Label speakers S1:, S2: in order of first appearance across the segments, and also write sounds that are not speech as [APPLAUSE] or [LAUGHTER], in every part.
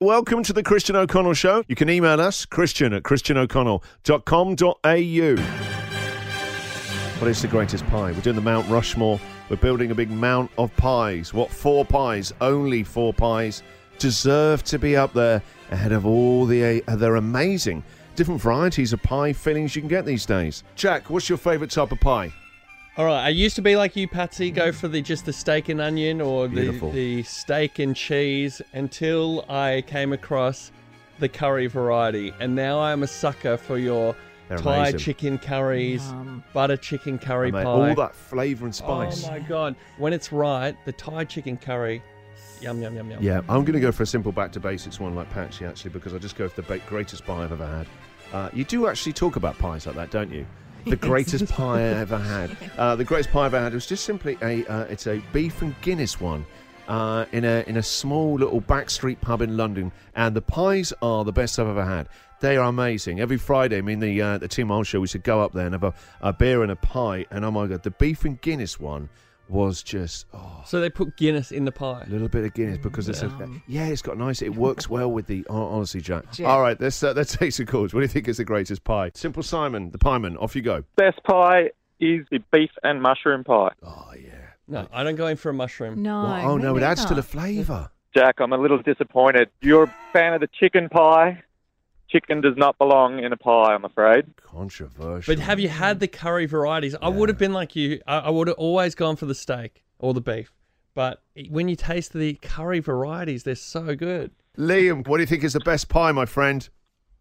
S1: Welcome to the Christian O'Connell Show. You can email us, christian at christianoconnell.com.au. What is the greatest pie? We're doing the Mount Rushmore. We're building a big mount of pies. What four pies? Only four pies deserve to be up there ahead of all the uh, other amazing different varieties of pie fillings you can get these days. Jack, what's your favourite type of pie?
S2: All right, I used to be like you, Patsy. Go for the just the steak and onion or the,
S1: Beautiful.
S2: the steak and cheese until I came across the curry variety, and now I'm a sucker for your
S1: They're
S2: Thai
S1: amazing.
S2: chicken curries,
S3: Yum.
S2: butter chicken curry
S1: Mate,
S2: pie.
S1: all that flavour and spice.
S2: Oh my god! When it's right, the Thai chicken curry, yum yum yum yum.
S1: Yeah, I'm going to go for a simple back to basics one like Patsy actually because I just go for the ba- greatest pie I've ever had. Uh, you do actually talk about pies like that, don't you? The greatest pie I ever had. Uh, the greatest pie I've ever had was just simply a. Uh, it's a beef and Guinness one. Uh, in a in a small little backstreet pub in London, and the pies are the best I've ever had. They are amazing. Every Friday, I mean the uh, the Team Mile Show, we should go up there and have a, a beer and a pie. And oh my god, the beef and Guinness one was just oh,
S2: So they put Guinness in the pie.
S1: a little bit of Guinness because it's a,
S3: Yum.
S1: yeah, it's got nice. It works well with the hon- honestly, Jack.
S3: Jack.
S1: All right, let's uh, let's take some calls. What do you think is the greatest pie? Simple Simon, the pieman. Off you go.
S4: Best pie is the beef and mushroom pie.
S1: Oh yeah.
S2: No, I don't go in for a mushroom.
S3: No.
S1: Well, oh
S3: me
S1: no, it adds to
S3: neither.
S1: the flavour.
S4: Jack, I'm a little disappointed. You're a fan of the chicken pie. Chicken does not belong in a pie, I'm afraid.
S1: Controversial.
S2: But have you had the curry varieties? I would have been like you. I, I would have always gone for the steak or the beef. But it- when you taste the curry varieties, they're so good.
S1: Liam, what do you think is the best pie, my friend?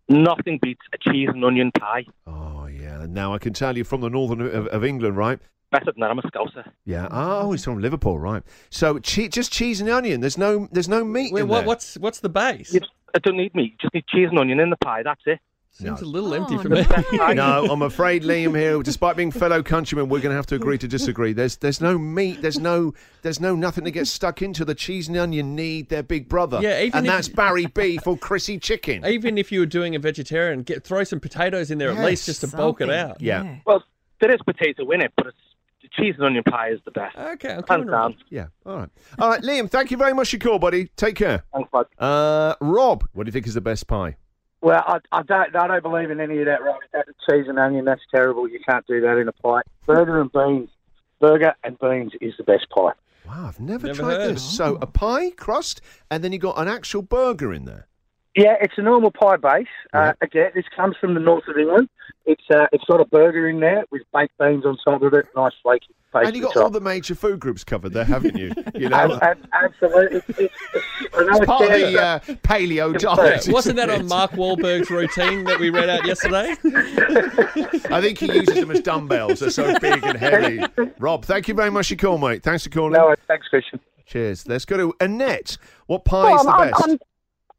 S5: Nothing beats a cheese and onion pie.
S1: Oh yeah. Now I can tell you from the northern of, of England, right?
S5: Better than that, I'm a Scouser.
S1: Yeah. Oh, he's from Liverpool, right? So che- just cheese and onion. There's no there's no meat
S2: Wait,
S1: in
S2: what,
S1: there.
S2: what's what's the base?
S5: You I don't need meat. Just need cheese and onion in the pie. That's it.
S2: Seems
S1: No.
S2: a little empty
S3: Oh,
S2: for
S3: no.
S2: me.
S1: No, I'm afraid Liam here, despite being fellow countrymen, we're going to have to agree to disagree. There's there's no meat, there's no there's no nothing to get stuck into. The cheese and onion need their big brother.
S2: Yeah, even
S1: and
S2: if-
S1: that's Barry beef or Chrissy chicken.
S2: [LAUGHS] Even if you were doing a vegetarian, get throw some potatoes in there at least
S1: Yes.
S2: just to bulk it
S3: Something,
S2: out.
S1: Yeah.
S5: Well, there is potato in it, but it's the cheese and onion pie is the best.
S2: Okay, I'm
S5: Hands
S2: coming
S5: down.
S2: around.
S1: Yeah. All right. All right, Liam. Thank you very much for your call, buddy. Take care.
S5: Thanks, bud.
S1: Uh, Rob, what do you think is the best pie?
S6: Well, I, I, don't, I don't believe in any of that rubbish. That cheese and onion, that's terrible. You can't do that in a pie. Burger and beans. Burger and beans is the best pie.
S1: Wow, I've never,
S2: Never
S1: tried
S2: heard.
S1: this. So a pie crust, and then you got an actual burger in there.
S6: Yeah, it's a normal pie base.
S1: Yeah.
S6: Uh, again, this comes from the north of England. It's uh, it's got a burger in there with baked beans on top of it, nice flaky paste.
S1: and you got
S6: on
S1: all
S6: top.
S1: the major food groups covered there, haven't you? You know,
S6: Ab- ab- absolutely. It's, it's, I know
S1: it's
S6: it's
S1: part of
S6: down-
S1: the uh, paleo
S2: Yeah,
S1: diet.
S2: wasn't that
S1: isn't [LAUGHS]
S2: on
S1: it?
S2: Mark Wahlberg's routine that we read out yesterday?
S1: I think he uses them as dumbbells. They're so big and heavy. Rob, thank you very much for your call, mate. Thanks for calling.
S6: No, thanks, Christian.
S1: Cheers. Let's go to Annette. What pie is the
S7: Well, I'm-
S1: best?
S7: I'm-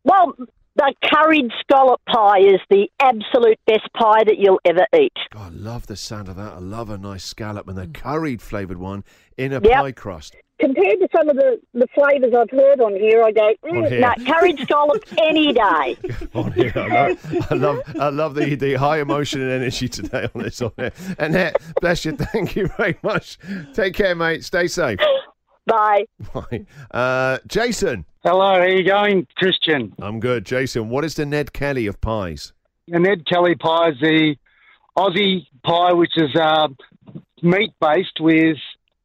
S7: well, the curried scallop pie is the absolute best pie that you'll ever eat.
S1: God, I love the sound of that. I love a nice scallop and the curried flavoured one in a
S7: Mm. Yep.
S1: pie crust. [LAUGHS]
S7: Compared to some of the, the flavours I've heard on here, I go,
S1: On here.
S7: [LAUGHS] mm, no, curried scallop any
S1: [LAUGHS]
S7: day.
S1: On here, I love, I love, I love the, the high emotion and energy today on this. On here. Annette, bless you. Thank you very much. Take care, mate. Stay safe.
S7: Bye.
S1: Bye. Uh, Jason,
S6: Hello, how you going, Christian?
S1: I'm good. Jason, what is the Ned Kelly of pies?
S6: And Ed Kelly pie is the Aussie pie, which is uh, meat based with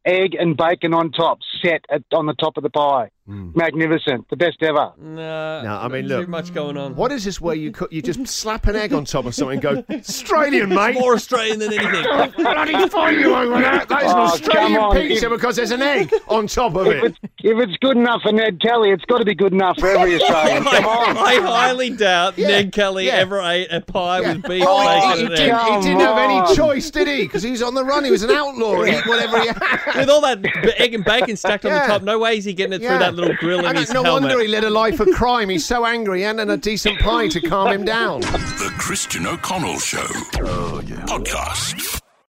S6: egg and bacon on top, set at, on the top of the pie.
S1: Hmm.
S6: Magnificent, the best ever.
S2: No,
S1: [LAUGHS] No, I mean,
S2: too
S1: look.
S2: much going on.
S1: What is this where you cook, you just slap an egg on top of something and go, Australian, mate?
S2: More Australian than
S1: [LAUGHS]
S2: anything.
S1: Bloody fine you over there. That is an
S6: Oh,
S1: Australian
S6: come on.
S1: pizza because there's an egg on top of it.
S6: If it's good enough for Ned Kelly, it's got to be good enough for
S1: [LAUGHS]
S6: every
S1: Oh
S6: Australian. Come on.
S2: I, I highly doubt
S1: Yeah,
S2: Ned Kelly
S1: yeah.
S2: ever ate a pie with beef,
S1: Oh, he, he
S2: bacon, and
S1: didn't, he
S2: egg.
S6: Come
S1: didn't have any
S6: on.
S1: choice, did he? Because he was on the run. He was an outlaw. He ate whatever he
S2: [LAUGHS]
S1: had.
S2: With all that b- egg and bacon stacked on
S1: Yeah.
S2: the top, no way is he getting it
S1: Yeah.
S2: through that little grill in
S1: And
S2: his
S1: no
S2: helmet.
S1: wonder he led a life of crime. He's so angry and, and a decent pie to calm him down.
S8: The Christian O'Connell Show. Podcast.